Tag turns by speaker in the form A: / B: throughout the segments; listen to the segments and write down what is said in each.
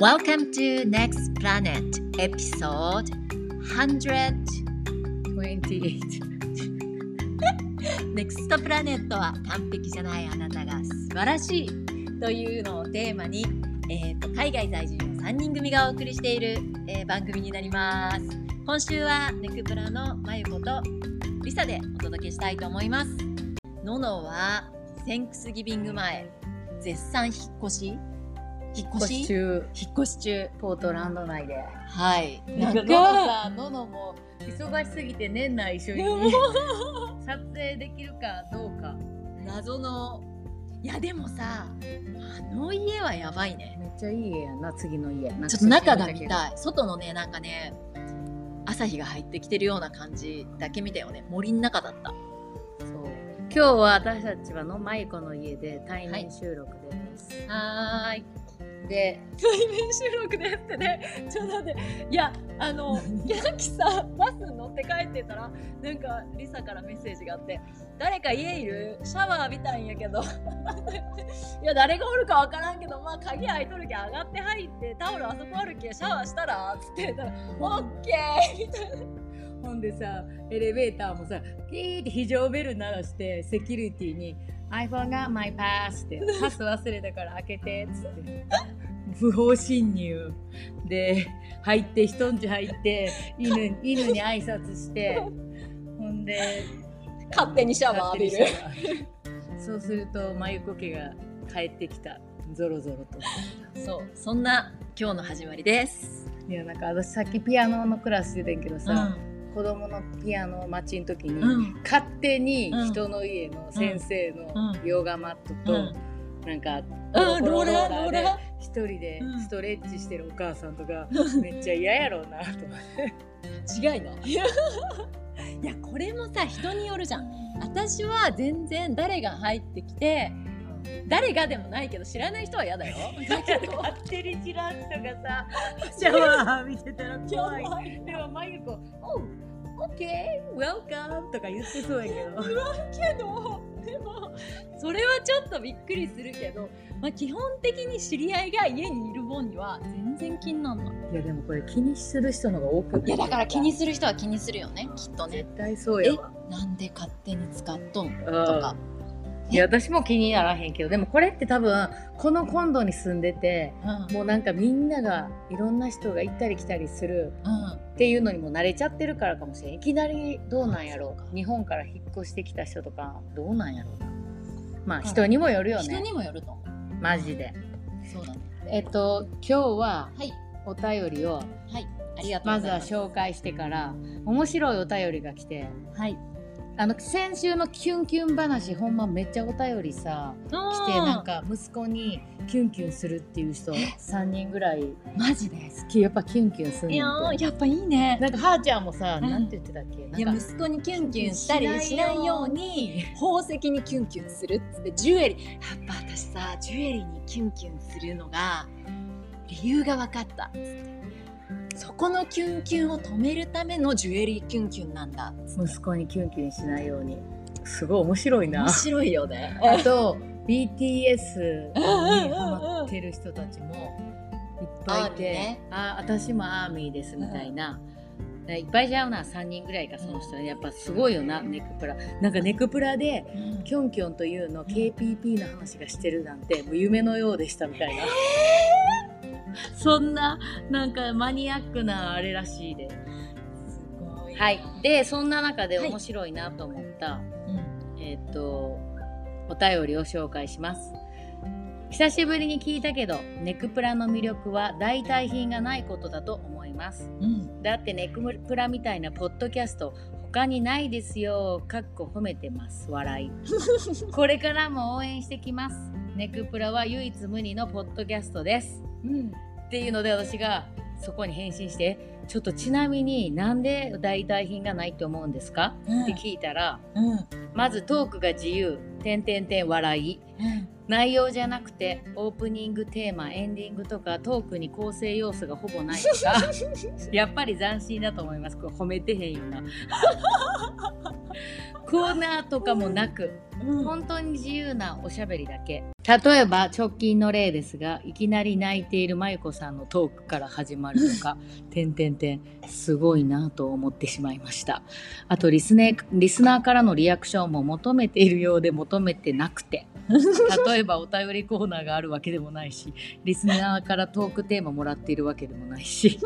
A: Welcome to Next Planet Episode 128 Next Planet は完璧じゃないあなたが素晴らしいというのをテーマに、えーと海外在住の3人組がお送りしている、えー番組になります今週はネクプラのまゆことりさでお届けしたいと思いますののはセンクスギビング前絶賛引っ越し引っ越し
B: 中
A: 引っ越し中
B: ポートランド内で
A: はい。
B: なん
A: のの
B: かのの
A: さ
B: さののも忙しすぎて年内一緒に
A: も
B: 撮影できるかどうか
A: 謎の。いやでもさ、あの家はやばいね。
B: めっちゃいい家やな次の家
A: ちょっと中が見たい。外のね、なんかね、朝日が入ってきてるような感じだけ見たよね。森の中だった。
B: そう今日は私たちはのまいこの家で対面収録です、
A: はーい。
B: で
A: 対面収録ですってね。 ちょっと待って。いや、あの、 さっきさ、バス乗って帰ってたら、なんか、リサからメッセージがあって、誰か家いるシャワー浴びたいんやけど。 いや、誰がおるかわからんけど、まあ、鍵開いとるけん上がって入って、タオルあそこあるけんシャワーしたら、つって言ったら、オッケー
B: ほんでさエレベーターもさピーって非常ベル鳴らしてセキュリティに「I forgot my pass」って「パス忘れたから開けて」っつって。不法侵入で入って人んち入って犬犬に挨拶してほんで
A: 勝手にシャワー浴びる。
B: そうすると眉コ家が帰ってきたゾロゾロと
A: そう、そんな今日の始まりです。
B: いやなんか私さっきピアノのクラス出てんけどさ、
A: ん。
B: 子供のピアノ待ちの時に、
A: うん。
B: 勝手に人の家の先生の
A: うん
B: ヨガマットと、
A: うん
B: なんか
A: あ、
B: コ
A: ロ
B: ロ
A: ーラー、ロー
B: で
A: ラー。
B: 一人で
A: うん
B: ストレッチしてるお母さんとか、めっちゃ嫌やろうなと思って
A: 違 いないやこれもさ人によるじゃん私は全然誰が入ってきて誰がでもないけど知らない人は嫌だよだけ ど
B: 勝手にチラッとかさシャワー見てたら
A: 今
B: 怖
A: 日
B: い
A: も
B: でもまゆこ「おうオッケーウェルカム」とか言ってそうやけど
A: けどでもそれはちょっとびっくりするけど、まあ、基本的に知り合いが家にいる分には全然気になんない
B: いやでもこれ気にする人の方が多くない
A: いやだから気にする人は気にするよねきっとね
B: 絶対そうやわ
A: なんで勝手に使っとん
B: と
A: とか
B: いや私も気にならへんけどでもこれって多分このコンドに住んでて
A: うんうん
B: もうなんかみんながいろんな人が行ったり来たりするっていうのにも慣れちゃってるからかもしれんいきなりどうなんやろ
A: あそう
B: う
A: か
B: 日本から引っ越してきた人とかどうなんやろうなまあ
A: うん
B: 人にもよるよ
A: 人
B: ね
A: にもよると思う
B: マジで
A: そうだね
B: えっと今日は
A: はい
B: お便りを
A: はいありがとう
B: ま
A: ご
B: ず
A: ざい
B: は
A: ます
B: 紹介してから面白いお便りが来て
A: はい
B: あの先週のキュンキュン話ほんまめっちゃお便りさ来
A: 来
B: てなんか息子にキュンキュンするっていう人3人ぐらい
A: マジで
B: 好きやっぱキュンキュンする
A: いや
B: の
A: ーやっぱいいね
B: なんかはーちゃんもさ、
A: うん
B: なんて言ってたっけ
A: い
B: な
A: や
B: んか
A: 息子にキュンキュンしたりし
B: し
A: な
B: ないい
A: よ
B: よ
A: う
B: う
A: に宝石にキュンキュンするっつってジュエリーやっぱ私さジュエリーにキュンキュンするのが理由が分かったっつってそこのキュンキュンを止めるためのジュエリーキュンキュンなんだっつって
B: 息子にキュンキュンしないようにすごい面白いな
A: 面白いよね
B: あと BTS にハマってる人たちもいっぱいい
A: アー
B: て、
A: ミーね
B: あ私もアーミーですみたいな、いっぱいじゃうな3人ぐらいかその人、やっぱすごいよなネクプラなんかネクプラでキョンキョンというの KPP の話がしてるなんてもう夢のようでしたみたいな、そんななんかマニアックなあれらしいで
A: すごいな
B: はいでそんな中で
A: はい
B: 面白いなと思った、
A: うん
B: えっとお便りを紹介します久しぶりに聞いたけどネクプラの魅力は代替品がないことだと思います
A: うん
B: だってネクプラみたいなポッドキャスト他にないですよかっこ褒めてます笑 いこれからも応援してきます。ネクプラは唯一無二のポッドキャストです。
A: うん
B: っていうので私がそこに返信して、ちょっとちなみになんで代替品がないと思うんですか、
A: うん
B: って聞いたら、
A: うん
B: まずトークが自由、点点点笑い。内容じゃなくてオープニングテーマエンディングとかトークに構成要素がほぼないと かやっぱり斬新だと思い ますこれ褒めてへんよなコーナーとかもなく
A: うん
B: 本当に自由なおしゃべりだけ例えば直近の例ですがいきなり泣いているまゆこさんのトークから始まるとか 「てんてんてん」すごいなと思ってしまいましたあとリスネリスナーからのリアクションも求めているようで求めてなくて例えばお便りコーナーがあるわけでもないしリスナーからトークテーマもらっているわけでもないし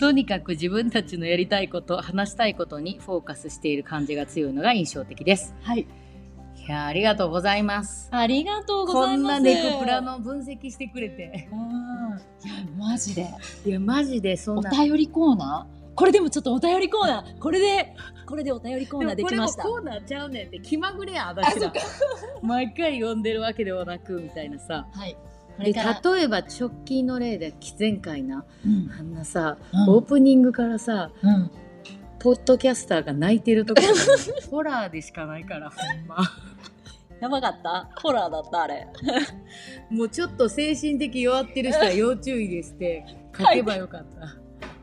B: とにかく自分たちのやりたいこと話したいことにフォーカスしている感じが強いのが印象的です
A: はい。
B: いやあありがとうございます
A: ありがとうご
B: こ
A: ざい
B: ん
A: ます。
B: なネコプラ。の分析してくれて
A: うん。いや、マジで。
B: いやマジでそん
A: お
B: な
A: 便りコーナーこれでもちょっとお便りコーナーこれで、これでお便りコーナーできました。
B: でもこれもコーナーちゃうねんって気まぐれや私ら毎回呼んでるわけではなくみたいなさ
A: はい。こ
B: で
A: れから。
B: 例えば直近の例で前回な
A: うん
B: あんなさ、
A: うん
B: オープニングからさ
A: うん
B: ポッドキャスターが泣いてると かホラーでしかないからほんま
A: やばかったホラーだったあれ。
B: もうちょっと精神的弱ってる人は要注意ですって書けばよかった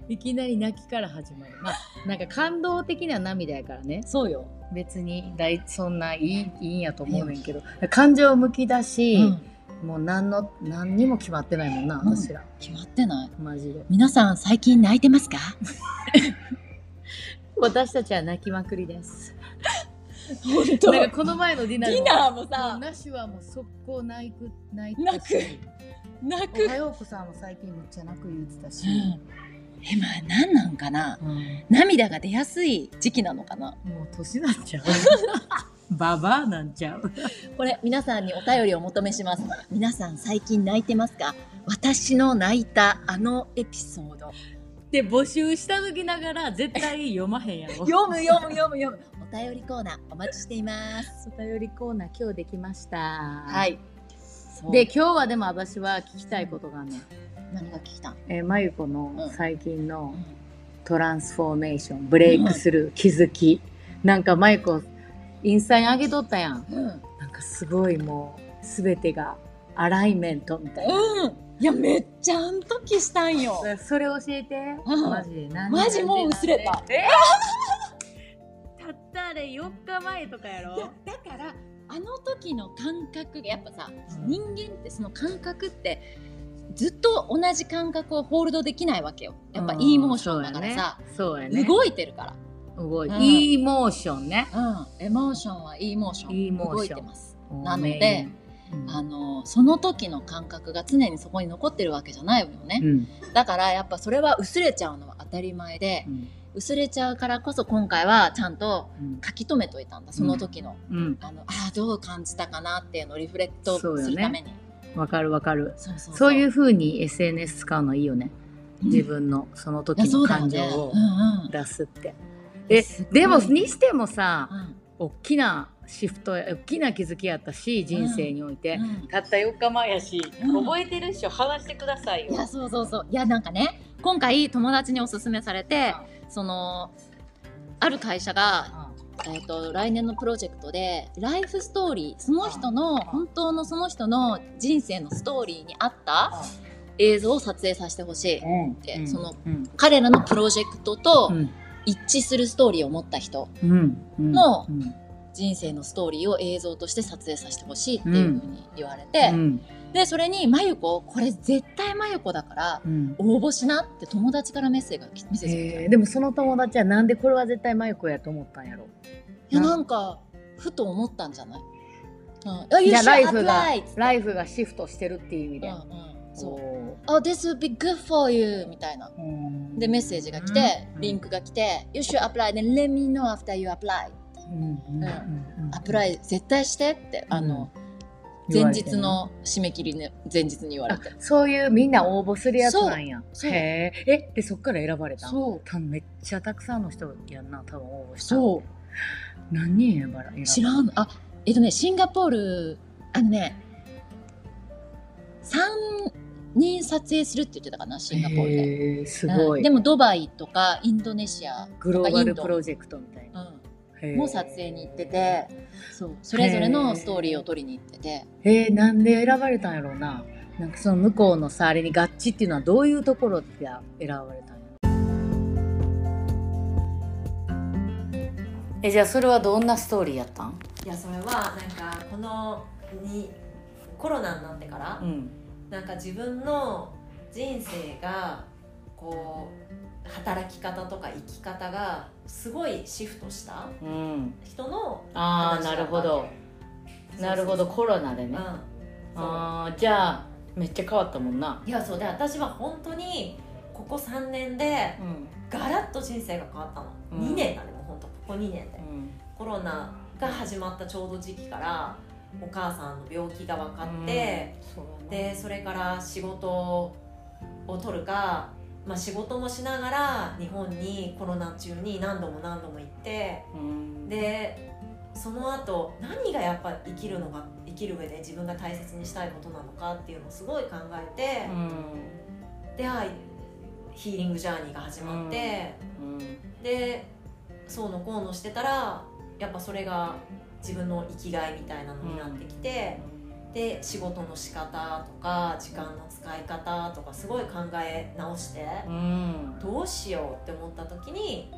B: いきなり泣きから始まるまあなんか感動的な涙やからね
A: そうよ。
B: 別に大そんないいいいんやと思うねんけど感情むきだし、もう何の何にも決まってないもんな
A: うん
B: 私ら、
A: 決まってない。
B: マジで
A: 皆さん最近泣いてますか
B: 私たちは泣きまくりです
A: 本当
B: なんかこの前のディナー
A: ディナーもさ
B: ナッシュはもう速攻泣く泣い
A: 泣
B: て
A: く泣
B: お
A: く。
B: はようこさんも最近めっちゃ泣く言ってたし、
A: え、まあ何なんかな
B: うん
A: 涙が出やすい時期なのかな
B: もう年なんちゃう ババアなんちゃう
A: これ皆さんにお便りをお求めします皆さん最近泣いてますか私の泣いたあのエピソード
B: で募集した時ながら絶対読まへんやろ
A: 読む読む読む読むお便りコーナーお待ちしています
B: お便りコーナー今日できました
A: はいい
B: で今日はでも私は聞きたいことがあるの、
A: 何が聞きたん
B: えー、まゆこ
A: う
B: の
A: ん
B: 最近の
A: うん
B: トランスフォーメーションブレイクスルー、気づきなんかまゆこインスタに上げとったやん
A: うん、
B: なんかすごいもう全てがアライメントみたいな、
A: いやめっちゃあん時したんよ
B: それ教えて、
A: うん
B: マジで何
A: マジもう薄れた
B: えたったあれ4日前とかや
A: いやだからあの時の感覚がやっぱさ人間ってその感覚ってずっと同じ感覚をホールドできないわけよやっぱ E モーションだからさ、
B: そうやね
A: 動いてるから
B: 動い
A: うん
B: E モーションね
A: うん、エモーションは E モーション
B: E モーシ
A: 動
B: ョン
A: いてますなの
B: メイン
A: で
B: うん
A: あのその時の感覚が常にそこに残ってるわけじゃないよね、
B: うん
A: だからやっぱそれは薄れちゃうのは当たり前で
B: うん
A: 薄れちゃうからこそ今回はちゃんと
B: うん
A: 書き留めといたんだその時の,、
B: うん
A: あのあーどう感じたかなっていうのをリフレクト
B: そうよ
A: す
B: ね
A: るために
B: わかるわかる
A: そう,、そうそう
B: そういうふうに SNS 使うのいいよね
A: うん
B: 自分のその時
A: いやそ
B: の
A: うだよ
B: 感
A: ね
B: 情を
A: うんうん
B: 出すって
A: い
B: えでも
A: すごい
B: にしてもさ
A: うん
B: 大きなシフトや大きな気づきやったし人生において、
A: うん
B: たった4日前やし、
A: うん
B: 覚えてるっしょ話してください
A: いやそうそうそういやなんかね今回友達におすすめされてそのある会社が、えっと来年のプロジェクトでライフストーリーその人の本当のその人の人生のストーリーに合った映像を撮影させてほしい
B: うん
A: で
B: うん
A: その
B: うん
A: 彼らのプロジェクトと
B: うん
A: 一致するストーリーを持った人
B: うんうん
A: の
B: うん
A: 人生のストーリーを映像として撮影させてほしいっていうふうに言われて、
B: うん
A: でそれに「まゆここれ絶対まゆこだから
B: うん
A: 応募しな」って友達からメッセージが来メッセージが来た
B: えーでもその友達はなんでこれは絶対マユコやと思ったんやろ
A: いや
B: な
A: なんかふと思ったんじゃない、うん、あ
B: じゃあ
A: should
B: ライフが
A: apply
B: ライフがシフトしてるっていう意味
A: う
B: で、
A: んうん、そう「
B: お
A: あ、This would be good for you」みたいな
B: ーうん
A: でメッセージが来て、
B: うん
A: リンクが来て「You should apply then let me know after you apply」
B: うんうんうんうん
A: アプライ絶対してってあの、
B: 言わ
A: 前
B: れて
A: 日
B: んな
A: の締め切りね前日に言われて
B: そういうみんな応募するやつなんや
A: そうそう
B: へええでそっから選ばれたん
A: そう
B: 多分めっちゃたくさんの人やんな多分応募したの
A: そ
B: 何人選ばれ選ばれ
A: う知らんのあえっとねシンガポールあのね3人撮影するって言ってたかなシンガポールで。
B: へえすご
A: う
B: い、
A: んでもドバイとかインドネシア、
B: グローバルプロジェクトみたいなへ
A: う
B: え
A: ん、も撮影に行っててそうそれぞれのストーリーを撮りに行ってて
B: えー、なんで選ばれたんやろうななんかその向こうのさあれに合致っていうのはどういうところで選ばれたんやろえじゃあそれはどんなストーリーやったん
A: いやそれはなんかこのにコロナになってから、
B: うん
A: なんか自分の人生がこう働き方とか生き方がすごいシフトした
B: うん
A: 人の
B: ああ
A: 話だ
B: な
A: った
B: るほどなるほど
A: そう
B: コロナで
A: そう
B: ね
A: そううんそう
B: ああじゃあめっちゃ変わったもんない
A: やそうで私は本当にここ3年で
B: うん
A: ガラッと人生が変わったの、
B: うん
A: 2年だねもう本当ここ2年で
B: うん
A: コロナが始まったちょうど時期からお母さんの病気が分かって、
B: そうだな
A: でそれから仕事を取るか、まあ、仕事もしながら日本にコロナ中に何度も何度も行って
B: うん
A: でその後何がやっぱ生きるのが生きる上で自分が大切にしたいことなのかっていうのをすごい考えて
B: う、ん
A: であヒーリングジャーニーが始まって、
B: うん
A: でそうのこうのしてたらやっぱそれが自分の生きがいみたいなのになってきて。で仕事の仕方とか時間の使い方とかすごい考え直して
B: うん
A: どうしようって思った時に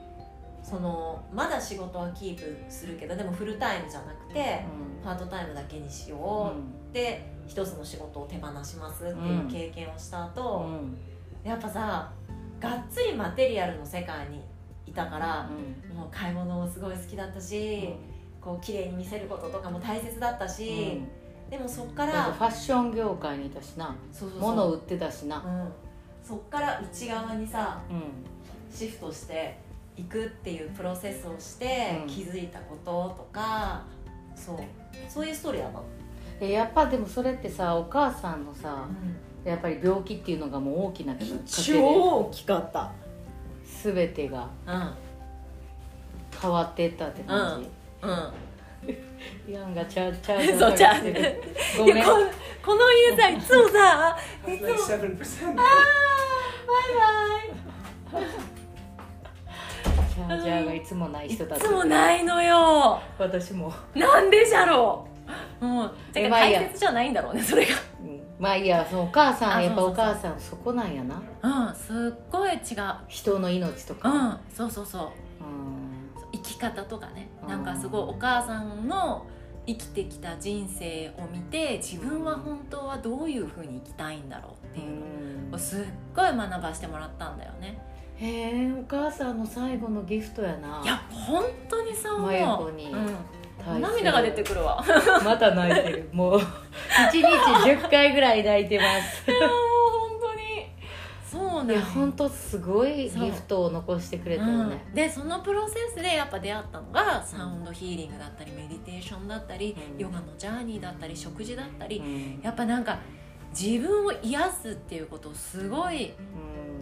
A: そのまだ仕事はキープするけどでもフルタイムじゃなくてパートタイムだけにしようって一つの仕事を手放しますっていう経験をした後やっぱさがっつりマテリアルの世界にいたからもう買い物もすごい好きだったしこう綺麗に見せることとかも大切だったしでもそっか
B: だって
A: ら
B: ファッション業界にいたしな
A: そうそうそう
B: 物売ってたしな
A: うん、そっから内側にさ
B: うん
A: シフトしていくっていうプロセスをして、
B: うん
A: 気づいたこととかそうそういうストーリーだったの、
B: えやっぱでもそれってさお母さんのさやっぱり病気っていうのがもう大きなきっかけで
A: 大きかった
B: 全てが変わっていったって感じ、
A: うんうん
B: ヤンがチャーチャー
A: そうチャー
B: してるご
A: い
B: めん
A: やここの家さいつもさ
C: That's like seven percent.
B: チャージャーがいつもない人だ
A: いつもないのよ
B: 私も、
A: なんでじゃろうもうて
B: え
A: か
B: まあいいや
A: 大切じゃないんだろうねそれが
B: うんまあいいやそのお母さ
A: あ
B: んやっぱ
A: そうそう
B: お
A: そう
B: 母さんそこなんやな
A: うんすっごい違う
B: 人の命と
A: う
B: か
A: んそうそうそう
B: うん
A: 生き方とかね
B: うん
A: なんかすごいお母さんの生きてきた人生を見て自分は本当はどういうふうに生きたいんだろうっていうのをすっごい学ばしてもらったんだよね
B: へえお母さんの最後のギフトやない
A: や本当にそう
B: 真横
A: 思う、
B: に
A: う
B: 大
A: ん、
B: 切
A: 涙が出てくる わも
B: また泣いてるもう一日10回ぐらい泣い てます
A: う本当にそう
B: い
A: ね
B: や本当すごいギフトを残してくれたよね
A: うん、でそのプロセスでやっぱ出会ったのがサウンドヒーリングだったりメディテーションだったり
B: うん
A: ヨガのジャーニーだったり食事だったり
B: うん
A: やっぱなんか自分を癒すっていうことをすごい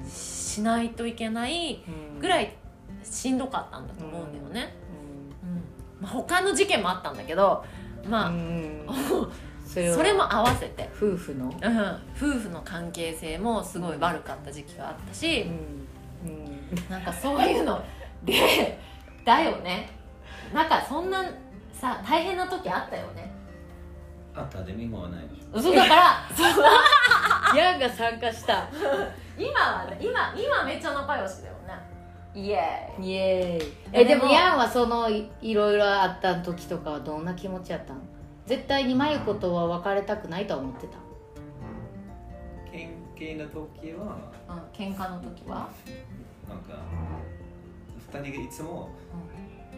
A: しないといけない
B: うん
A: ぐらいしんどかったんだと思うんだよね、
B: うん
A: うんまあ、他の事件もあったんだけど
B: う
A: ま
B: ん
A: あ、
B: そ
A: そ
B: れ
A: れ
B: は
A: も合わせて、
B: 夫婦の
A: うん、夫婦の関係性もすごい悪かった時期があったし、
B: うんうん
A: なんかそういうのでだよねなんかそんなさ大変な時あったよね
C: あったでも今はないでしょ。
A: そうだから
B: ヤンが参加した
A: 今はね今今めっちゃ仲良しだよねイエーイ
B: イエーイ
A: いや
B: えで
A: で
B: も
A: も
B: ヤンはそのいいろいろあった時とかはどんな気持ちやったの絶対にマユ子とは別れたくないとは思ってた
C: 県警の時は
A: うん喧嘩の時は
C: なんか二人がいつも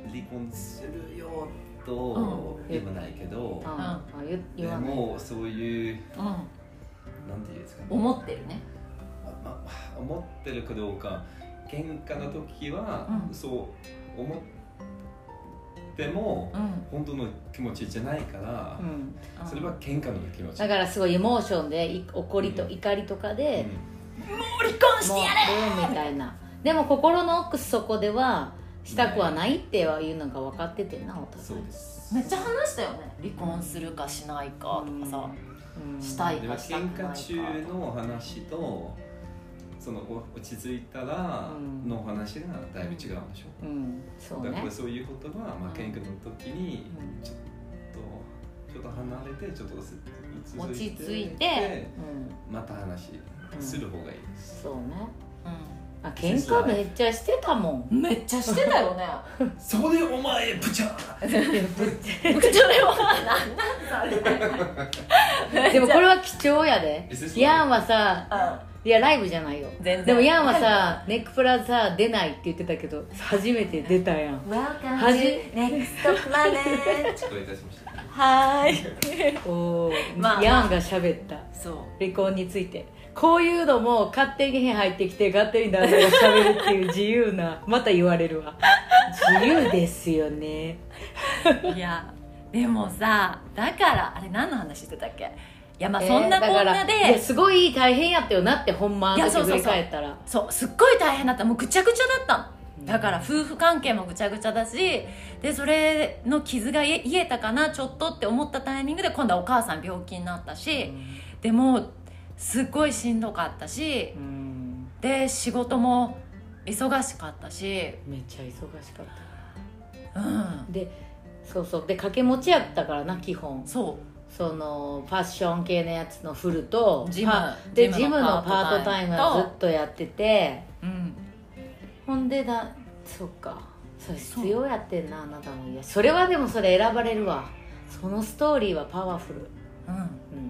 C: 離婚するよと
B: うん
C: 言わないけど、
B: うんあ言
C: で
B: 言わない
C: もそういう
A: うん
C: なんていうんですか、ね、
A: 思ってるね
C: まあ思ってるかどうか喧嘩の時は、
A: うん
C: そう思っても
A: う、ん
C: 本当の気持ちじゃないから
B: う、ん
C: それは喧嘩の気持ち。
B: だからすごいエモーションでい怒りと怒りとか
C: う
B: で、
C: ん
A: 離婚
B: もうどうみたいなでも心の奥底ではしたくはないっていうのが分かっててなお
C: そ
B: 互いう
C: です。
A: めっちゃ話したよね離婚するかしないかとかさ、
B: うん
A: したい
C: で
A: か
C: は
A: したくな
C: 喧
A: いか
C: 嘩中の話とそのお落ち着いたら
B: うん
C: の話がだいぶ違うでしょ、
B: うんそう
C: だか
B: ね
C: らそういうことは、まあ、喧嘩の時に
B: うん
C: ちょっとちょっと離れてちょっと落
A: 落ち
C: ち着いて
A: 着いて
B: うん
C: また話する方がいいです、
B: そうね
A: うん
B: あ
A: まあ、喧嘩めっちゃしてたも ん
B: めっちゃ
A: してたよね
C: そこでお前プチャー
A: 僕 それは何なんそれ
B: でもこれは貴重やで
C: Is this live？
B: ヤンはさ
A: う
B: いやライブじゃないよ
A: ん全然
B: でもヤンはさネックプラザ出ないって言ってたけど初めて出た やん
A: Welcome
B: 恥
A: to Next Planet
C: 失礼いたしました
A: はーい
B: おお、
A: まあ
B: ヤンが喋った
A: そう
B: 離婚についてこういうのも勝手に入ってきて勝手に男性が喋るっていう自由 なまた言われるわ自由ですよね
A: いやでもさだからあれ何の話してたっけいやまあ
B: えー
A: そんなこん
B: だか
A: な
B: ら
A: い
B: や
A: です
B: ごい大変やったよなってほんまあ
A: いや
B: の時
A: そう
B: 振
A: そうそう
B: り返ったら
A: そうすっごい大変だったもうぐちゃぐちゃだったのだから夫婦関係もぐちゃぐちゃだしでそれの傷が癒えたかなちょっとって思ったタイミングで今度はお母さん病気になったしでもすっごいしんどかったし
B: うん
A: で仕事も忙しかったし
B: めっちゃ忙しかった
A: うん
B: でそうそうで掛け持ちやったからな基本
A: そ
B: そのファッション系のやつのフルと
A: ジム
B: パでジ
A: ジ
B: ム
A: ム
B: の
A: の
B: パ
A: パ
B: ー
A: ー
B: ト
A: ト
B: タ
A: タ
B: イ
A: イ
B: ム
A: ム
B: はずっとやってて
A: ううん
B: ほんでだそっかそれ必要やってんなあなたもいやそれはでもそれ選ばれるわそのストーリーはパワフル
A: うん
B: う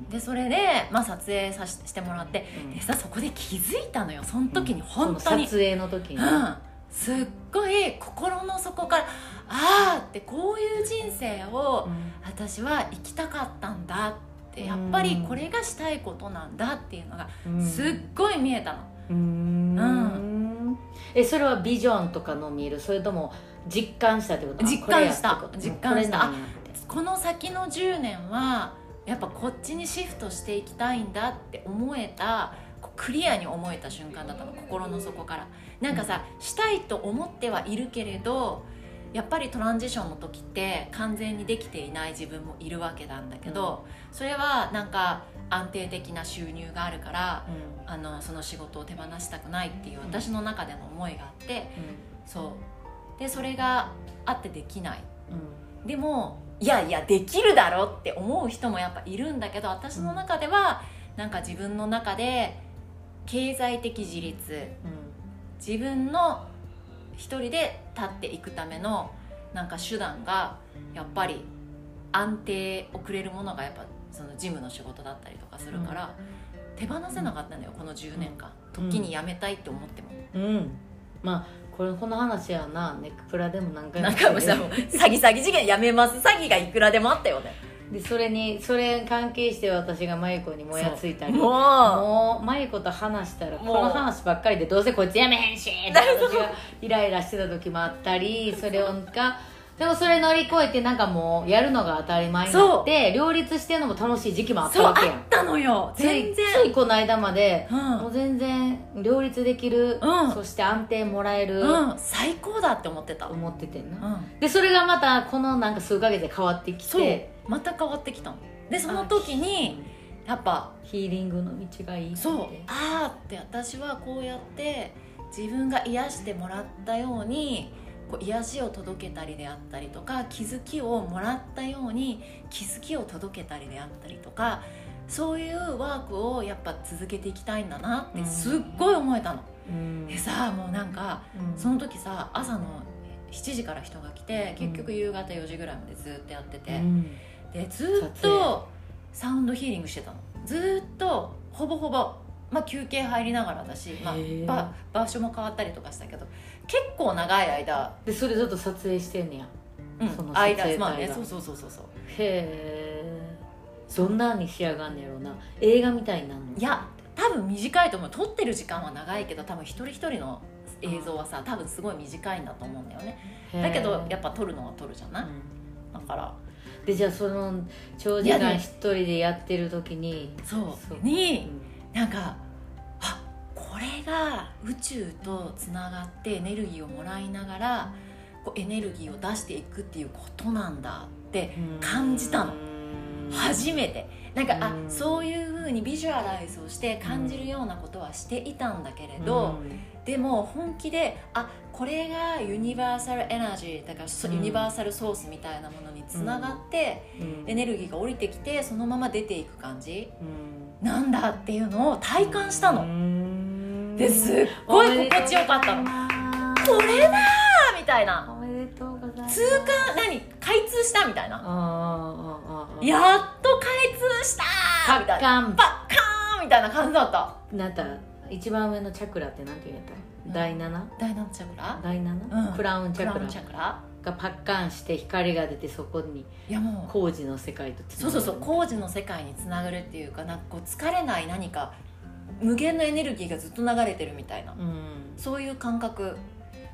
B: ん
A: でそれで、まあ、撮影さししてもらってでさそこで気づいたのよその時に本当に、
B: その撮影の時に
A: うん、すっごい心の底からああってこういう人生を私は生きたかったんだってやっぱりこれがしたいことなんだっていうのが
B: うん
A: すっごい見えたの、
B: うーんえそれはビジョンとかの見るそれとも実感したってこと
A: 実感した
B: あこれやってこと
A: 実感した
B: うんこれなんやって
A: この先の10年はやっぱこっちにシフトしていきたいんだって思えたこうクリアに思えた瞬間だったの心の底からなんかさしたいと思ってはいるけれどやっぱりトランジションの時って完全にできていない自分もいるわけなんだけど、それはなんか安定的な収入があるからあのその仕事を手放したくないっていう私の中での思いがあってそうでそれがあってできない
B: うんうん
A: でもいやいやできるだろうって思う人もやっぱいるんだけど私の中ではなんか自分の中で経済的自立自分の一人で立っていくためのなんか手段がやっぱり安定をくれるものがやっぱその事務の仕事だったりとかするから、手放せなかったのよこの10年間、
B: うん
A: 時に辞めたいって思っても、
B: うんうんまあこれこの話はなネックプラでも何回も
A: なん
B: した
A: かもう
B: け
A: さ
B: ど
A: もう詐欺詐欺事件やめます詐欺がいくらでもあったよね
B: でそれにそれ関係して私がマユコにもやついたり
A: もう
B: もうマユコと話したらこ
A: もう
B: の話ばっかりでどうせこいつやめへんしって私がイライラしてた時もあったりそれをかでもそれ乗り越えてなんかもうやるのが当たり前になって両立してるのも楽しい時期もあっ
A: そう
B: た
A: あ
B: わ
A: っ
B: けやん
A: たのよ
B: つい
A: 全然
B: ついこの間まで
A: う、ん
B: もう全然両立できる、
A: うん
B: そして安定もらえる、
A: うん最高だって思ってた、うん、
B: 思っててんな、でそれがまたこのなんか数ヶ月で変わってき
A: そう
B: て
A: また変わってきたのでその時にやっぱ
B: ヒーリングの道がいいって
A: そうああって私はこうやって自分が癒してもらったようにこう癒しを届けたりであったりとか気づきをもらったように気づきを届けたりであったりとかそういうワークをやっぱ続けていきたいんだなってすっごい思えたの。
B: うん
A: でさもうなんか
B: うん
A: その時さ朝の7時から人が来て結局夕方4時ぐらいまでずっとやってて、
B: うん
A: でずっとサウンドヒーリングしてたのずっとほぼほぼ、まあ、休憩入りながらだし、まあ
B: へー、
A: ば場所も変わったりとかしたけど結構長い間、
B: でそれずっと撮影してんねや
A: うん
B: その撮影
A: 間
B: 隊が
A: まあねそうそうそうそうそう
B: へえそんなんに仕上がんねやろうな映画みたいになるの
A: いや多分短いと思う撮ってる時間は長いけど多分一人一人の映像はさ多分すごい短いんだと思うんだよね
B: へえ
A: だけどやっぱ撮るのは撮るじゃない、
B: うん
A: だから
B: でじゃあその長時間一人でやってる時に
A: そ
B: そう
A: うに、
B: うん
A: なんかあこれが宇宙とつながってエネルギーをもらいながらこうエネルギーを出していくっていうことなんだって感じたの
B: うん
A: 初めてなんかあ
B: うん
A: そういう風にビジュアライズをして感じるようなことはしていたんだけれど、でも本気であこれがユニバーサルエナジーだからそ
B: うん
A: ユニバーサルソースみたいなものにつながって
B: うん
A: エネルギーが降りてきてそのまま出ていく感じ
B: うん
A: なんだっていうのを体感したの。
B: うん
A: ですっごい心地よかったのこれだーみたいな
B: おめでとうございます
A: 通過何開通したみたいな
B: あーあーあーあー
A: やっと開通したーみたいな
B: カン
A: パッカーンみたいな感じだった
B: なんだ一番上のチャクラってなんて言うんやった第7
A: 第何チャクラ
B: 第
A: うん
B: 7クラウンチ
A: ク
B: ャ
A: ラ
B: ク
A: ウ
B: ラ
A: ンチャクラ
B: がパッカンして光が出てそこに
A: いやもう
B: 工事の世界とつ
A: そうそうそう工事の世界につながるっていうかなんかこう疲れない何か無限のエネルギーがずっと流れてるみたいな
B: うん
A: そういう感覚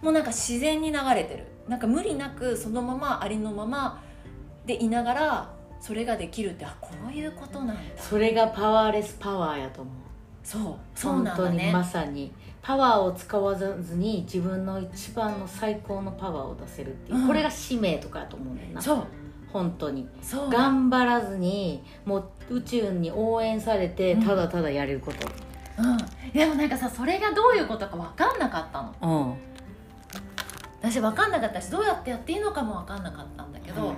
A: もうなんか自然に流れてるなんか無理なくそのままありのままでいながらそれができるってあこういうことなんだ
B: それがパワーレスパワーやと思う
A: そうそうなんだ
B: 本当に
A: ね
B: まさにパワーを使わずに自分の一番の最高のパワーを出せるっていう、
A: うん
B: これが使命とかやと思うねんな
A: そう
B: 本当に
A: そうだ
B: 頑張らずにもう宇宙に応援されて
A: うん
B: ただただやれるこ
A: うん、でもなんかさそれがどういうことか分かんなかったの
B: と、うん
A: 私分かんなかったしどうやってやっていいのかも分かんなかったんだけど、
B: うん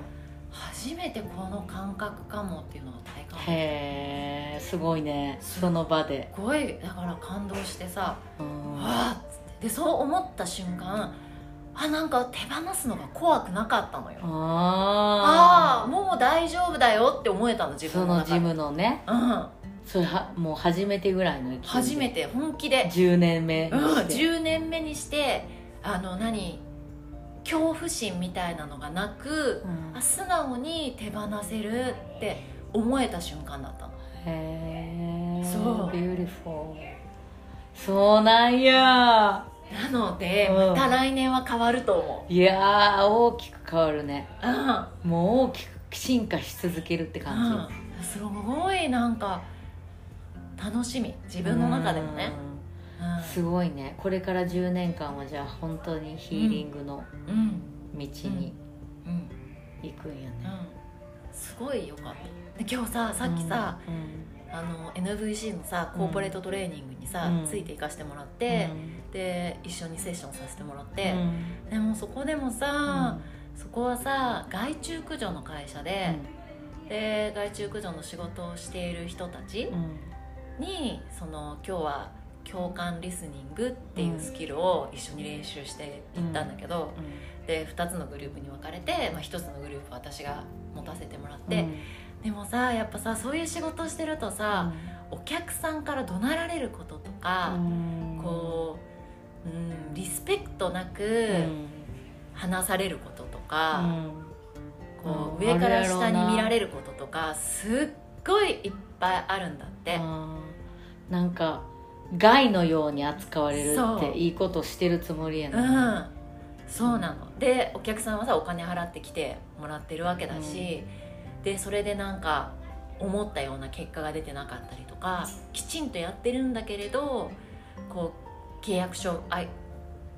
A: 初めてこの感覚かもっていうのが体感す
B: へえすごいねその場で、
A: ごいだから感動してさ
B: うん
A: わあっつってでそう思った瞬間あなんか手放すのが怖くなかったのよああ
B: ああ
A: もう大丈夫だよって思えたの自
B: そ
A: 分の
B: の
A: 中
B: ジ
A: で
B: ムのね
A: うん
B: それはもう初めてぐらいの勢いで
A: 初めて本気で、
B: 10年目
A: うん、
B: して
A: 10年目にしてあの何恐怖心みたいなのがなく
B: うん
A: あ素直に手放せるって思えた瞬間だったの
B: へえ
A: そう
B: beautiful そうなんや
A: なので
B: うん
A: また来年は変わると思
B: いやー大きく変わるね
A: ううん
B: もう大きく進化し続けるって感じ、
A: うん、すごいなんか楽しみ自分の中でもね
B: うんすごいねこれから10年間はじゃあ本当にヒーリングの
A: うんうん
B: 道に
A: うん、うん
B: 行くんやね、
A: すごいよかったで今日ささっきさ、
B: うん、
A: あの NVC のさコーポレートトレーニングにさ、
B: うん
A: ついて行かしてもらっ
B: うん
A: て、で一緒にセッションさせてもらっ
B: う
A: て、
B: ん
A: でもそこでもさ、そこはさ害虫駆除の会社
B: う
A: で
B: ん、
A: で害虫駆除の仕事をしている人たち、
B: うん
A: にその今日は共感リスニングっていうスキルを一緒に練習していったんだけど、で2つのグループに分かれて、まあ、1つのグループは私が持たせてもらっ
B: う
A: て、
B: ん
A: でもさやっぱさそういう仕事してるとさ、お客さんから怒鳴られることとか、
B: うん
A: こう、うん、リスペクトな
B: う
A: く
B: ん
A: 話されることと
B: う
A: か、
B: ん
A: こう
B: うん
A: 上から下に
B: あるやろうな
A: 見られることとかすっごいいっぱいあるんだって。
B: あーなんか害のように扱われる
A: そ
B: っ
A: う
B: ていいことしてるつもりや
A: う
B: な、
A: んそうなのでお客さんはさお金払ってきてもらってるわけだし、でそれでなんか思ったような結果が出てなかったりとかきちんとやってるんだけれどこう契約書あい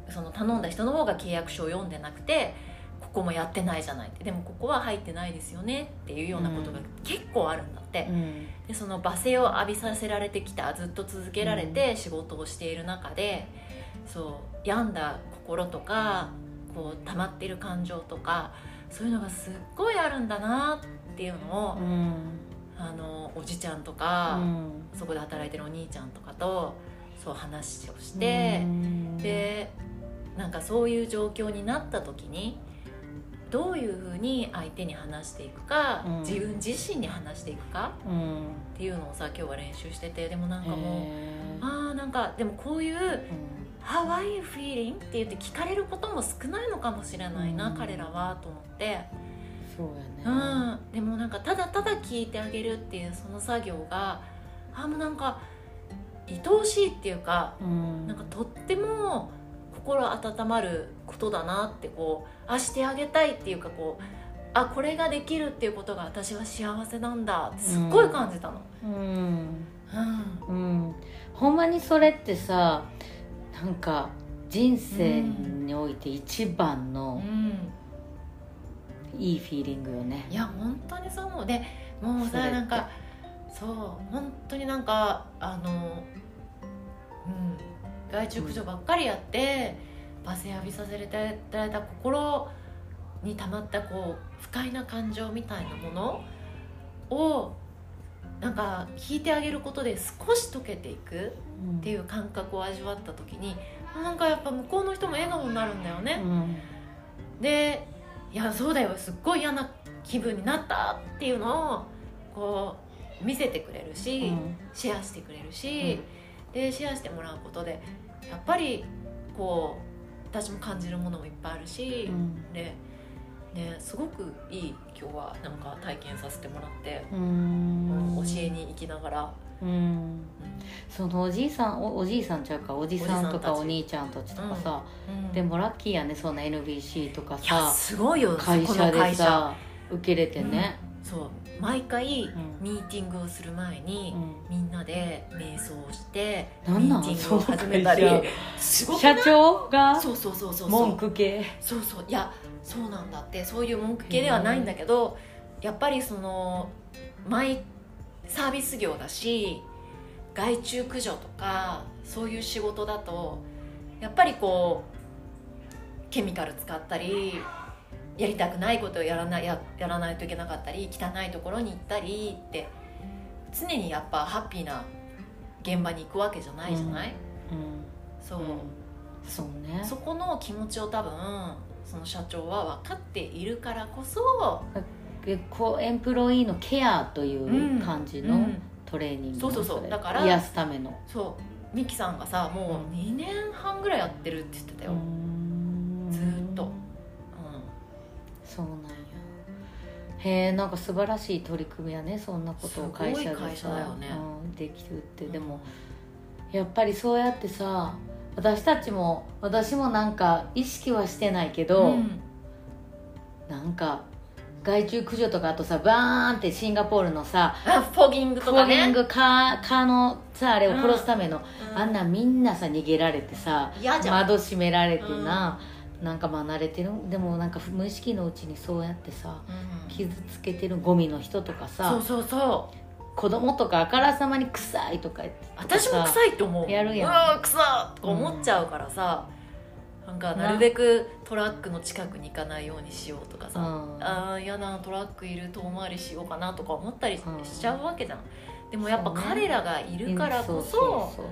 A: その頼んだ人の方が契約書を読んでなくてここもやってないじゃないってでもここは入ってないですよねっていうようなことが結構あるんだって、
B: うん
A: でその罵声を浴びさせられてきたずっと続けられて仕事をしている中で、そう病んだ心とかこう溜まってる感情とかそういうのがすっごいあるんだなっていうのを、
B: うん
A: あのおじちゃんと
B: う
A: か、
B: ん
A: そこで働いてるお兄ちゃんとかとそう話をして。でなんかそういう状況になった時にどういうふうに相手に話していくか、
B: うん
A: 自分自身に話していくか
B: うん
A: っていうのをさ今日は練習しててでもなんかもう、
B: えー
A: ああなんかでもこういう「How are you feeling?」って言って聞かれることも少ないのかもしれないな、
B: うん
A: 彼らはと思って、
B: そう
A: う
B: やね
A: ん、でもなんかただただ聞いてあげるっていうその作業があーもうなんか愛おしいっていうか
B: うん
A: なんかとっても心温まることだなってこうあしてあげたいっていうかこうあこれができるっていうことが私は幸せなんだってすっごい感じたの。
B: うん
A: うん
B: うんほんまにそれってさなんか人生において一番の
A: うん
B: いいフィーリングよね
A: いや本当にそう思うでもう
B: それっ
A: さ
B: て
A: なんかそう本当になんかあのうん害虫駆除ばっかりやって罵声浴びさせていただいた心にたまったこう不快な感情みたいなものをなんか聞いてあげることで少し溶けていく
B: ん
A: っていう感覚を味わった時になんかやっぱ向こうの人も笑顔になるんだよね、
B: うん
A: で「いやそうだよすっごい嫌な気分になった」っていうのをこう見せてくれるし、シェアしてくれるし、でシェアしてもらうことでやっぱりこう私も感じるものもいっぱいあるし、で、ね、すごくいい今日はなんか体験させてもらって、
B: うん
A: うん教えに行きながら
B: うんそのおじいさんおおじいさんちゃうかおじさんとかお
A: お
B: 兄
A: じ
B: ちゃんたちとかさ、で
A: でも
B: もラッキーやねそんな NBC とか
A: いや
B: さ
A: すごいよ
B: 会
A: この
B: 社でさ受けれてね、
A: そう毎回
B: ん
A: ミーティングをする前に、
B: う
A: み
B: ん
A: んなで瞑想をして
B: なん
A: ミー
B: なん
A: ティングを始めたり
B: その
A: すごく
B: 社長が
A: そうそうそうそう
B: 文句系
A: そうそういやそうなんだってそういう文句系ではないんだけどやっぱりそのマイサービス業だし外注駆除とかそういう仕事だとやっぱりこうケミカル使ったりやりたくないことをやらないややらないといけなかったり汚いところに行ったりって常にやっぱハッピーな現場に行くわけじゃないじゃない、
B: うん
A: そう、
B: そうね
A: そこの気持ちを多分その社長は分かっているからこそ、
B: でこうエンプロイーのケアという感じ
A: う
B: の
A: ん
B: トレーニング
A: そうそうそう
B: れ
A: だから
B: 癒すための
A: そうミキさんがさもう2年半ぐらいやってるって言ってたよ、うんずーっと
B: そうなんやへえんか素晴らしい取り組みやねそんなことを会社
A: すごい
B: で
A: 会社だよ
B: さ、
A: ね
B: うん、できるってでもやっぱりそうやってさ私たちも私もなんか意識はしてないけど、
A: ん
B: なんか害虫駆除とかあとさバーンってシンガポールのさ
A: あ フォギングと
B: コ
A: か
B: ーリン
A: ね
B: グ蚊蚊のさあれを殺すための、
A: うん
B: あんなみんなさ逃げられてさ
A: 嫌じゃん、
B: 窓閉められてな、なんかまあ慣れてるでもなんか無意識のうちにそうやってさ
A: うん
B: 傷つけてるゴミの人とか
A: そう
B: さ
A: そうそう
B: 子供とかあからさまに臭いとか言って
A: 私も
B: い
A: 臭いと思う
B: やるやん
A: うわ臭っとか思っちゃうからさ、なんかなるべくトラックの近くに行かないようにしようとかさ、
B: うん
A: あー嫌なトラックいる遠回りしようかなとか思ったりし
B: うん
A: ちゃうわけじゃん、でもやっぱ
B: そうね
A: 彼らがいるからこそ
B: そうそう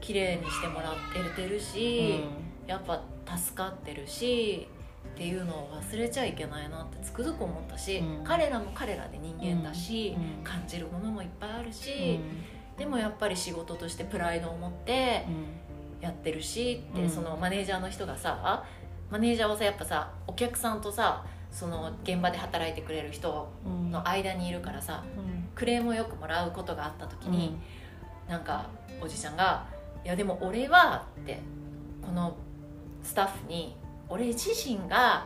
A: 綺麗にしてもらってる
B: そう
A: し、やっぱ助かってるしっていうのを忘れちゃいけないなってつくづく思ったし、
B: うん
A: 彼らも彼らで人間だし
B: う、ん
A: 感じるものもいっぱいあるし、
B: う
A: でもやっぱり仕事としてプライドを持って
B: んうん
A: やってるしって、
B: うん
A: そのマネージャーの人がさマネージャーはさやっぱさお客さんとさその現場で働いてくれる人
B: うん
A: の間にいるからさ
B: うん
A: クレームをよくもらうことがあった時に、なんかおじちゃんが「いやでも俺は」ってこのスタッフに「俺自身が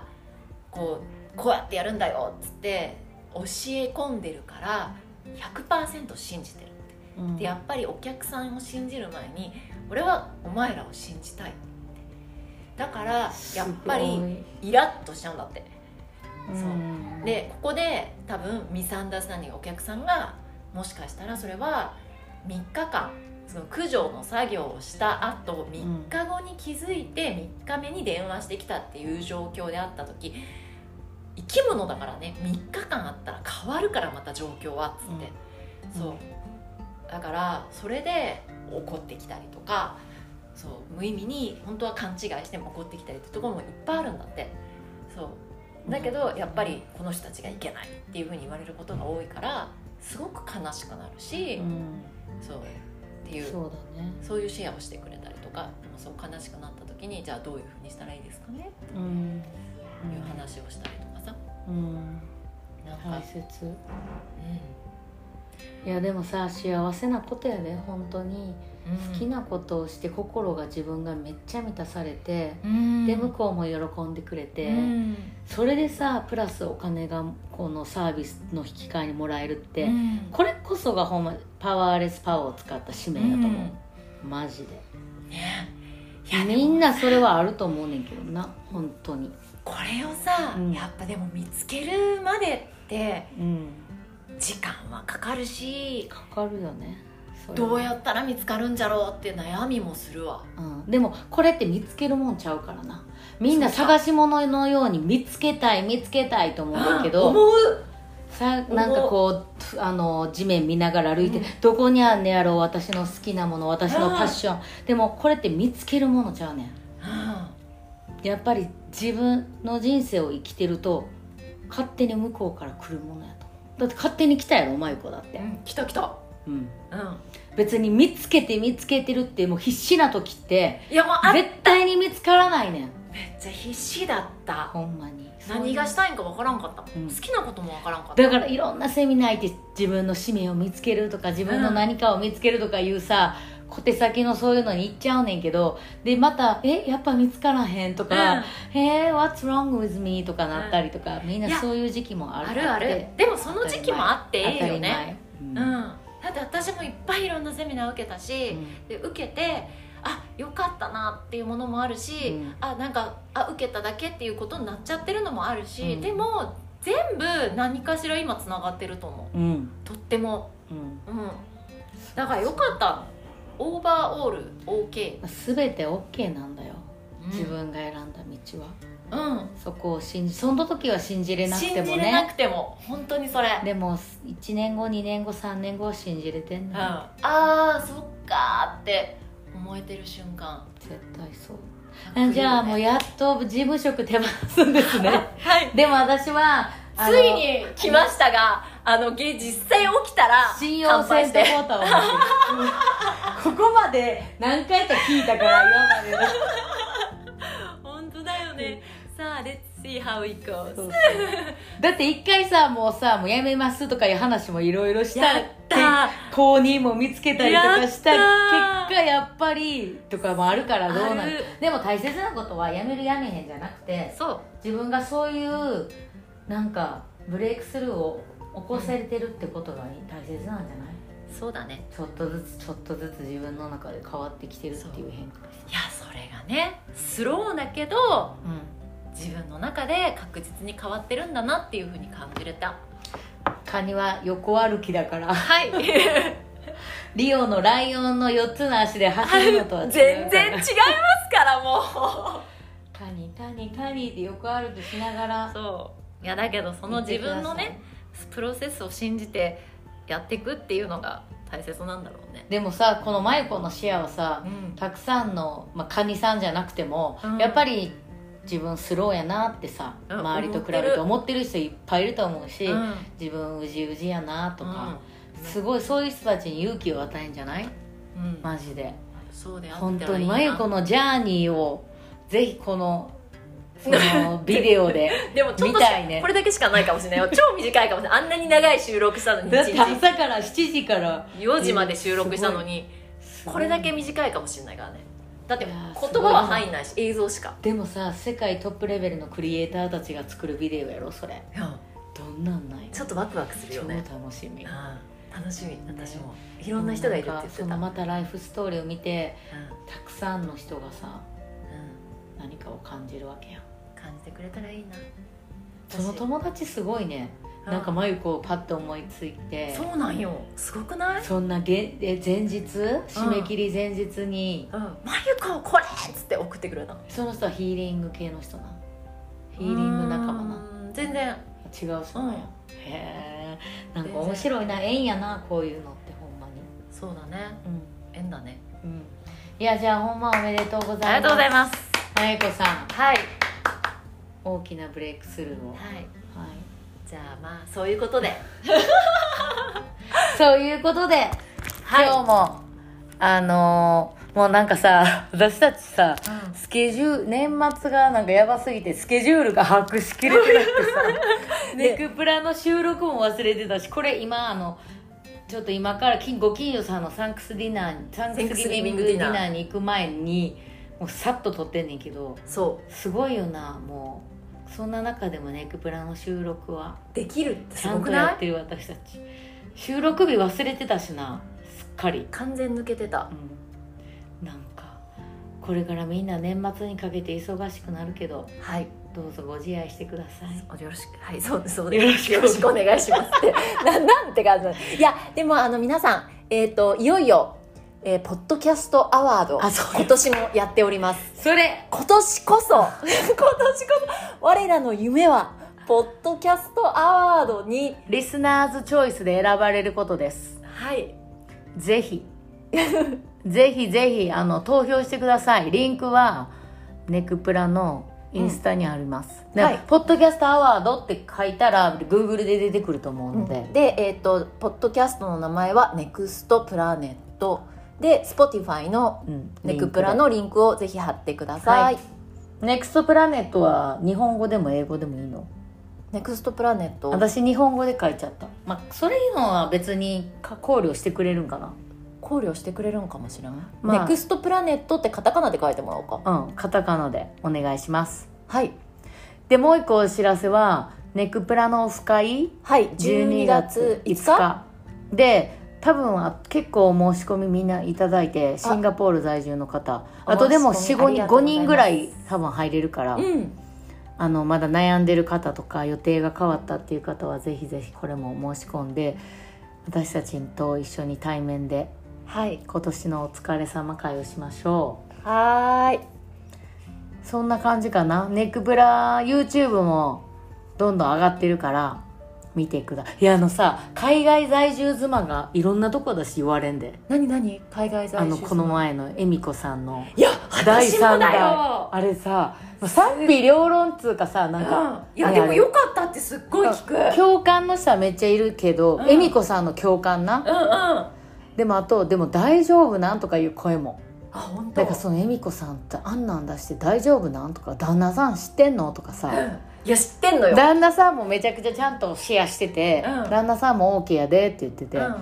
A: こうこうやってやるんだよ」っつって教え込んでるから100%信じてる。
B: うん
A: でやっぱりお客さんを信じる前に俺はお前らを信じたいってだからやっぱ
B: すご
A: り
B: い
A: イラッとしちゃうんだってそうんでここで多分ミサンダーサンディングお客さんがもしかしたらそれは3日間その駆除の作業をした後3日後に気づいて3日目に電話してきたっていう状況であった時生き物だからね3日間あったら変わるからまた状況はっつって、
B: うん
A: そうだからそれで怒ってきたりとかそう無意味に本当は勘違いしても怒ってきたりってところもいっぱいあるんだってそうだけどやっぱりこの人たちがいけないっていうふうに言われることが多いからすごく悲しくなるし
B: う、ん
A: そうっていうそう
B: そうだね
A: いうシェアをしてくれたりとかでもそう悲しくなった時にじゃあどういうふうにしたらいいですかねって
B: うん
A: いう話をしたりとかさ
B: うん
A: なんか、
B: 大切いやでもさ幸せなことやで本当に
A: うん
B: 好きなことをして心が自分がめっちゃ満たされて、
A: うん
B: で向こうも喜んでくれて、
A: うん
B: それでさプラスお金がこのサービスの引き換えにもらえるって、
A: うん
B: これこそがほんまパワーレスパワーを使った使命やと思う、マジで
A: ねいやで
B: み
A: も
B: んなそれはあると思うねんけどな本当に
A: これをさ、
B: うん
A: やっぱでも見つけるまでって
B: うん
A: 時間はかかるし
B: かかるよねそれは
A: どうやったら見つかるんじゃろうって悩みもするわ
B: うん、でもこれって見つけるもんちゃうからなみんな探し物のように見つけたい見つけたいと思うけ
A: あ
B: ど
A: 思う
B: さなんかこうあの地面見ながら歩いて、どこにあんねやろう私の好きなもの私のパッションでもこれって見つけるものちゃうねん
A: あ
B: やっぱり自分の人生を生きてると勝手に向こうから来るものやと思うだって勝手に来たやろマユ子だって
A: あ、うん、来た来た
B: うん
A: うん
B: 別に見つけて見つけてるってもう必死な時って
A: いやもうあめっ
B: 絶対に見つからないねん
A: ちゃ必死だった
B: ほんまに
A: 何がしたいんかわからんかった、
B: うん
A: 好きなこともわからんかった
B: だからいろんなセミナー行って自分の使命を見つけるとか自分の何かを見つけるとかいうさ、小手先のそういうのに行っちゃうねんけどでまた「えやっぱ見つからへん」とか「へえ What's wrong with me」とかなったりとか、みん
A: い
B: な
A: や
B: そういう時期もある
A: あるあるでもその時期もあって
B: 当
A: ええ
B: た
A: よ
B: り
A: ね
B: 前、うん
A: うんだって私もいっぱいいろんなセミナー受けたし、で受けてあよかったなっていうものもあるし、
B: うん
A: あなんかあ受けただけっていうことになっちゃってるのもあるし、
B: うん
A: でも全部何かしら今つながってると思
B: うんうん
A: うとっても
B: うん
A: うんだからよかったオーバーオール OK、
B: 全て OK なんだよ、
A: うん、
B: 自分が選んだ道は
A: うん
B: そこを信じその時は信じれなくて
A: 信
B: も
A: じれな
B: ね
A: くても本当にそれ、
B: でも1年後2年後3年後は信じれてん
A: う
B: の
A: ん、ああーそっかーって思えてる瞬間
B: 絶対そうあじゃあもうやっと事務職手放すんですね
A: はい
B: でも私はあの
A: ついに来ましたがあのげ実際起きたら
B: 信用せんとこうとは思ってるここまで何回か聞いたから今までの
A: 本当だよねさあ Let's see how it goes
B: そうそうだって一回さもうさもうやめますとかいう話もいろいろした
A: やった
B: 公認も見つけたりとかした結
A: やった
B: 果やっぱりとかもあるからどうな
A: あ
B: る
A: る
B: でも大切なことはやめるやめへんじゃなくて
A: そう
B: 自分がそういうなんかブレイクスルーを起こせてるってことが大切なんじゃない
A: そうだね
B: ちょっとずつちょっとずつ自分の中で変わってきてるっていう変化
A: いやそれがねスローだけど
B: うん
A: 自分の中で確実に変わってるんだなっていうふうに感じれた
B: カニは横歩きだから
A: はい
B: リオのライオンの4つの足で走るのとは違うから
A: 全然違いますからも
B: カニカニカニって横歩きしなが
A: う
B: ら
A: そういやだけどその自分のねプロセスを信じてやっていくっていうのが大切なんだろうね
B: でもさこのマユコの視野はさ
A: うん
B: たくさんの、まあ、カニさんじゃなくても、
A: うん
B: やっぱり自分スローやなってさ、
A: うん
B: 周りと比べて思ってる人いっぱいいると思うし、
A: うん
B: 自分うじうじやなとか、
A: うん
B: すごいそういう人たちに勇気を与えんじゃない
A: うん
B: マジで
A: そうであっ
B: 本
A: た
B: 当
A: らい
B: に
A: いな
B: まゆこのジャーニーをぜひ このそのビデオで
A: でもちょっ
B: 見
A: としか
B: たいね
A: これだけしかないかもしれないよ超短いかもしれないあんなに長い収録したのに
B: だっ
A: 1
B: て
A: 日
B: 朝から7時から
A: 4時まで収録したのにこれだけ短いかもしれないからねだって
B: い
A: 言
B: やー
A: 葉は入んないし映像しか
B: でもさ世界トップレベルのクリエイターたちが作るビデオやろそれどんなんない
A: ちょっとワクワクするよ
B: 超
A: ね
B: 楽しみ
A: うん楽しみ私もいろんな人がいるって言って
B: なんかその
A: た
B: またライフストーリーを見て
A: うん
B: たくさんの人がさ
A: うん
B: 何かを感じるわけやん
A: 感じてくれたらいいな
B: その友達すごいね
A: 私
B: なんか
A: う
B: 真由子をパッと思いついて
A: そうなんよすごくない
B: そんなげえ前日締め切り前日に
A: うん「まゆここれ!」っつって送ってくれたの
B: その人はヒーリング系の人なヒーリング仲間な
A: うん全然
B: 違う人なん
A: うん
B: やへえんか面白いな縁やなこういうのってほんまに
A: そうだね
B: う
A: 縁だね
B: んうんいやじゃあほんまおめでとうございます
A: ありがとうございます
B: 真由子さん
A: はい
B: 大きなブレイクスルーを、は
A: はい
B: い、
A: じゃあまあそういうことで
B: そういうことで、今日もあのーもうなんかさ 私たちさスケジュール年末がなんかやばすぎてスケジュールが把握しきれてなくてさネクプラの収録も忘れてたしこれ今あのちょっと今から金ご近所さんのサンクスディナーにサンクスギビングディナーに行く前にもうさっと撮ってんねんけど
A: そ
B: すごいよなもうそんな中でもネクプラの収録は
A: うできるって
B: ち
A: す
B: ゃ
A: ご
B: ん
A: く
B: と
A: な
B: や
A: い
B: ってる私たち収録日忘れてたしなすっかり
A: 完全抜けてた
B: うんなんかこれからみんな年末にかけて忙しくなるけど
A: はい
B: どうぞご自愛してください
A: およろしくはいそうそう
B: よろ
A: で
B: し
A: す
B: く
A: よろしくお願いしますって ななんて感じなのいやでもあの皆さんえっ、といよいよ、えーポッドキャストアワード
B: あそう
A: 今年もやっております
B: それ
A: 今年こそ今年こそ我らの夢はポッドキャストアワードに
B: リスナーズチョイスで選ばれることです
A: はい
B: ぜ ひぜひぜひあの投票してくださいリンクはネクプラのインスタにあります、で
A: はい
B: ポッドキャストアワードって書いたら Google で出てくると思うので、
A: で、えっとポッドキャストの名前はネクストプラネットで Spotify の
B: うん
A: ネクプラのリンクをぜひ貼ってください、
B: ネクストプラネットは日本語でも英語でもいいの
A: ネクストプラネット
B: 私日本語で書いちゃった、まあ、それ以外は別にか考慮してくれるんかな
A: 考慮してくれるんかもしれない、
B: まあ
A: ネクストプラネットってカタカナで書いてもらおうか
B: うんカタカナでお願いします
A: はい
B: でもう一個お知らせはネクプラのオフ会
A: はい
B: 12
A: 12
B: 月
A: 月5
B: 5
A: 日
B: 日で多分あ結構お申し込みみんないただいてシンガポール在住の方
A: お
B: あとでも
A: 申し込
B: 4
A: みありがとうご
B: 5
A: ざいます
B: 人ぐらい多分入れるから、
A: うん
B: あのまだ悩んでる方とか予定が変わったっていう方はぜひぜひこれも申し込んで私たちと一緒に対面で
A: はい
B: 今年のお疲れ様会をしましょう
A: はーい
B: そんな感じかなネクブラ YouTube もどんどん上がってるから見てくだいやあのさ海外在住妻がいろんなとこだし言われんで
A: 何何海外在
B: あ
A: 住
B: のこの前の恵美子さんの
A: いや
B: 第
A: 私も
B: 3
A: だ
B: 代
A: よ
B: あれさ賛否両論っつうかさなんか、
A: うん、いやでもよかったってすっごい聞くうんうん
B: 共感の人はめっちゃいるけど、
A: うん
B: 恵美子さんの共感な、
A: あ
B: でもあとでも大丈夫なんとかいう声も
A: 本当
B: だからその恵美子さんってあんなん出して大丈夫なんとか旦那さん知ってんのとかさ
A: いや知ってんのよ、
B: 旦那さんもめちゃくちゃちゃんとシェアしてて、
A: うん
B: 旦那さんも OK やでって言ってて、
A: うん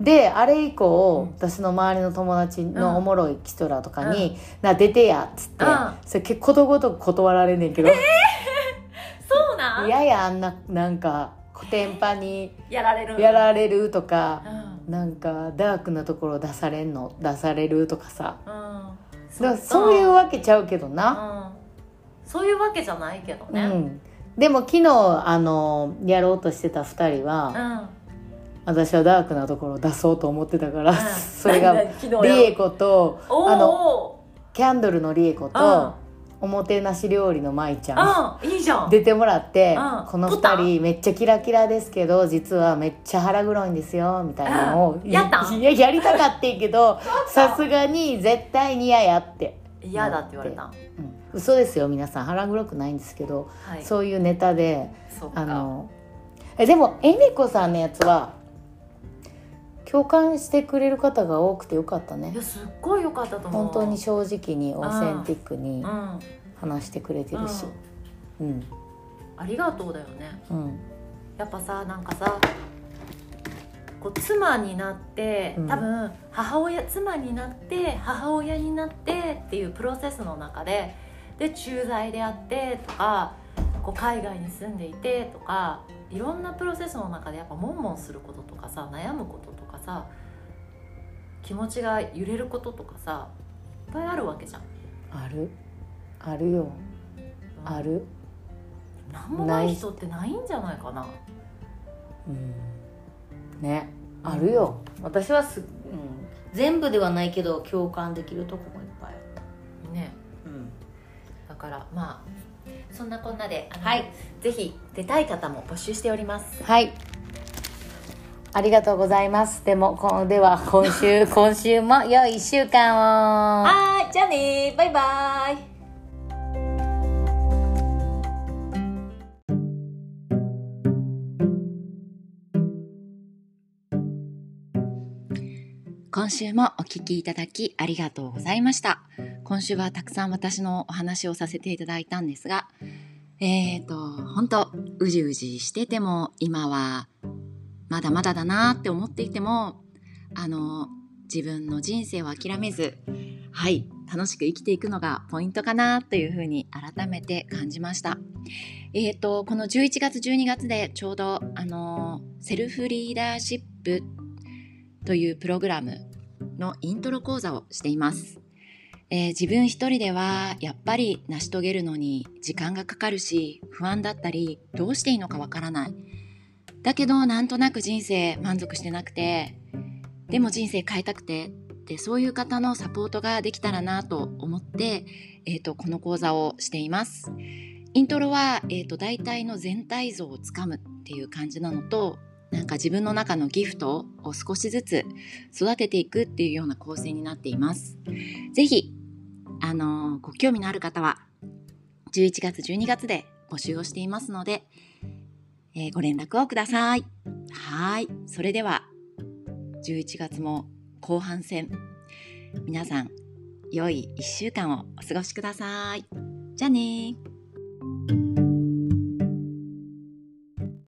B: であれ以降、
A: うん
B: 私の周りの友達
A: うん
B: のおもろい人らとかに「な出てや」っつって、
A: うん
B: それ結構ことごとく断られんねんけど
A: そう
B: 「
A: ないん
B: ややあんななんかコテンパンに
A: やられる
B: やられる」とか。
A: うん
B: なんかダークなところ出されんの出されるとかさ
A: うん
B: だからそういう
A: う
B: わけちゃうけどな、
A: んそういうわけじゃないけど
B: う
A: ね、うん
B: ん、でも昨日あのやろうとしてた2人は、私はダークなところを出そうと思ってたから、
A: うん
B: それが
A: なんだ昨日や
B: リエコと
A: おー
B: あのキャンドルのリエコ
A: うん
B: とおもてなし料理の舞ちゃん
A: うんいいじゃん
B: 出てもらって、
A: うん
B: この
A: 撮った
B: 2人めっちゃキラキラですけど実はめっちゃ腹黒いんですよみたいなのを、
A: うんやったん
B: いややりたかってんけどさすがに絶対に嫌やって、
A: 嫌だって言われた、
B: うん、嘘ですよ皆さん腹黒くないんですけど、
A: はい、
B: そういうネタで
A: そっか
B: あのえでも恵美子さんのやつは共感してくれる方が多くてよかったね
A: いやすっごい良かったと思う
B: 本当に正直にオーセンティックに
A: うん、うん、
B: 話してくれてるしうん
A: ありがとうだよね
B: うん
A: やっぱさなんかさこう妻になって
B: うん
A: 多分母親、妻になって母親になってっていうプロセスの中でで駐在であってとかこう海外に住んでいてとかいろんなプロセスの中でやっぱ悶々することとかさ悩むこととかさ気持ちが揺れることとかさいっぱいあるわけじゃん。
B: あるあるよ
A: うん
B: ある
A: なんもない人ってないんじゃないかな。
B: うんねあるよ私はす、うん、全部ではないけど共感できるとこもいっぱいある
A: ね
B: うん
A: だからまあそんなこんなで、はい、ぜひ出たい方も募集しております。
B: はい。ありがとうございます。でも、こでは、今週、今週も良い一週間を。
A: はーい、じゃあねー、バイバーイ。
D: 今週もお聞きいただきありがとうございました今週はたくさん私のお話をさせていただいたんですがえー、と本当うじうじしてても今はまだまだだなって思っていてもあの自分の人生を諦めずはい楽しく生きていくのがポイントかなというふうに改めて感じましたえー、とこの11月12月でちょうどあのセルフリーダーシップというプログラムのイントロ講座をしています、えー自分一人ではやっぱり成し遂げるのに時間がかかるし不安だったりどうしていいのかわからないだけどなんとなく人生満足してなくてでも人生変えたくてでそういう方のサポートができたらなと思って、えー、とこの講座をしています
A: イントロは、えー、と大体の全体像をつかむっていう感じなのとなんか自分の中のギフトを少しずつ育てていくっていうような構成になっています。ぜひ、あのーご興味のある方は11月12月で募集をしていますので、えーご連絡をください。はいそれでは11月も後半戦皆さん良い1週間をお過ごしください。じゃあねー。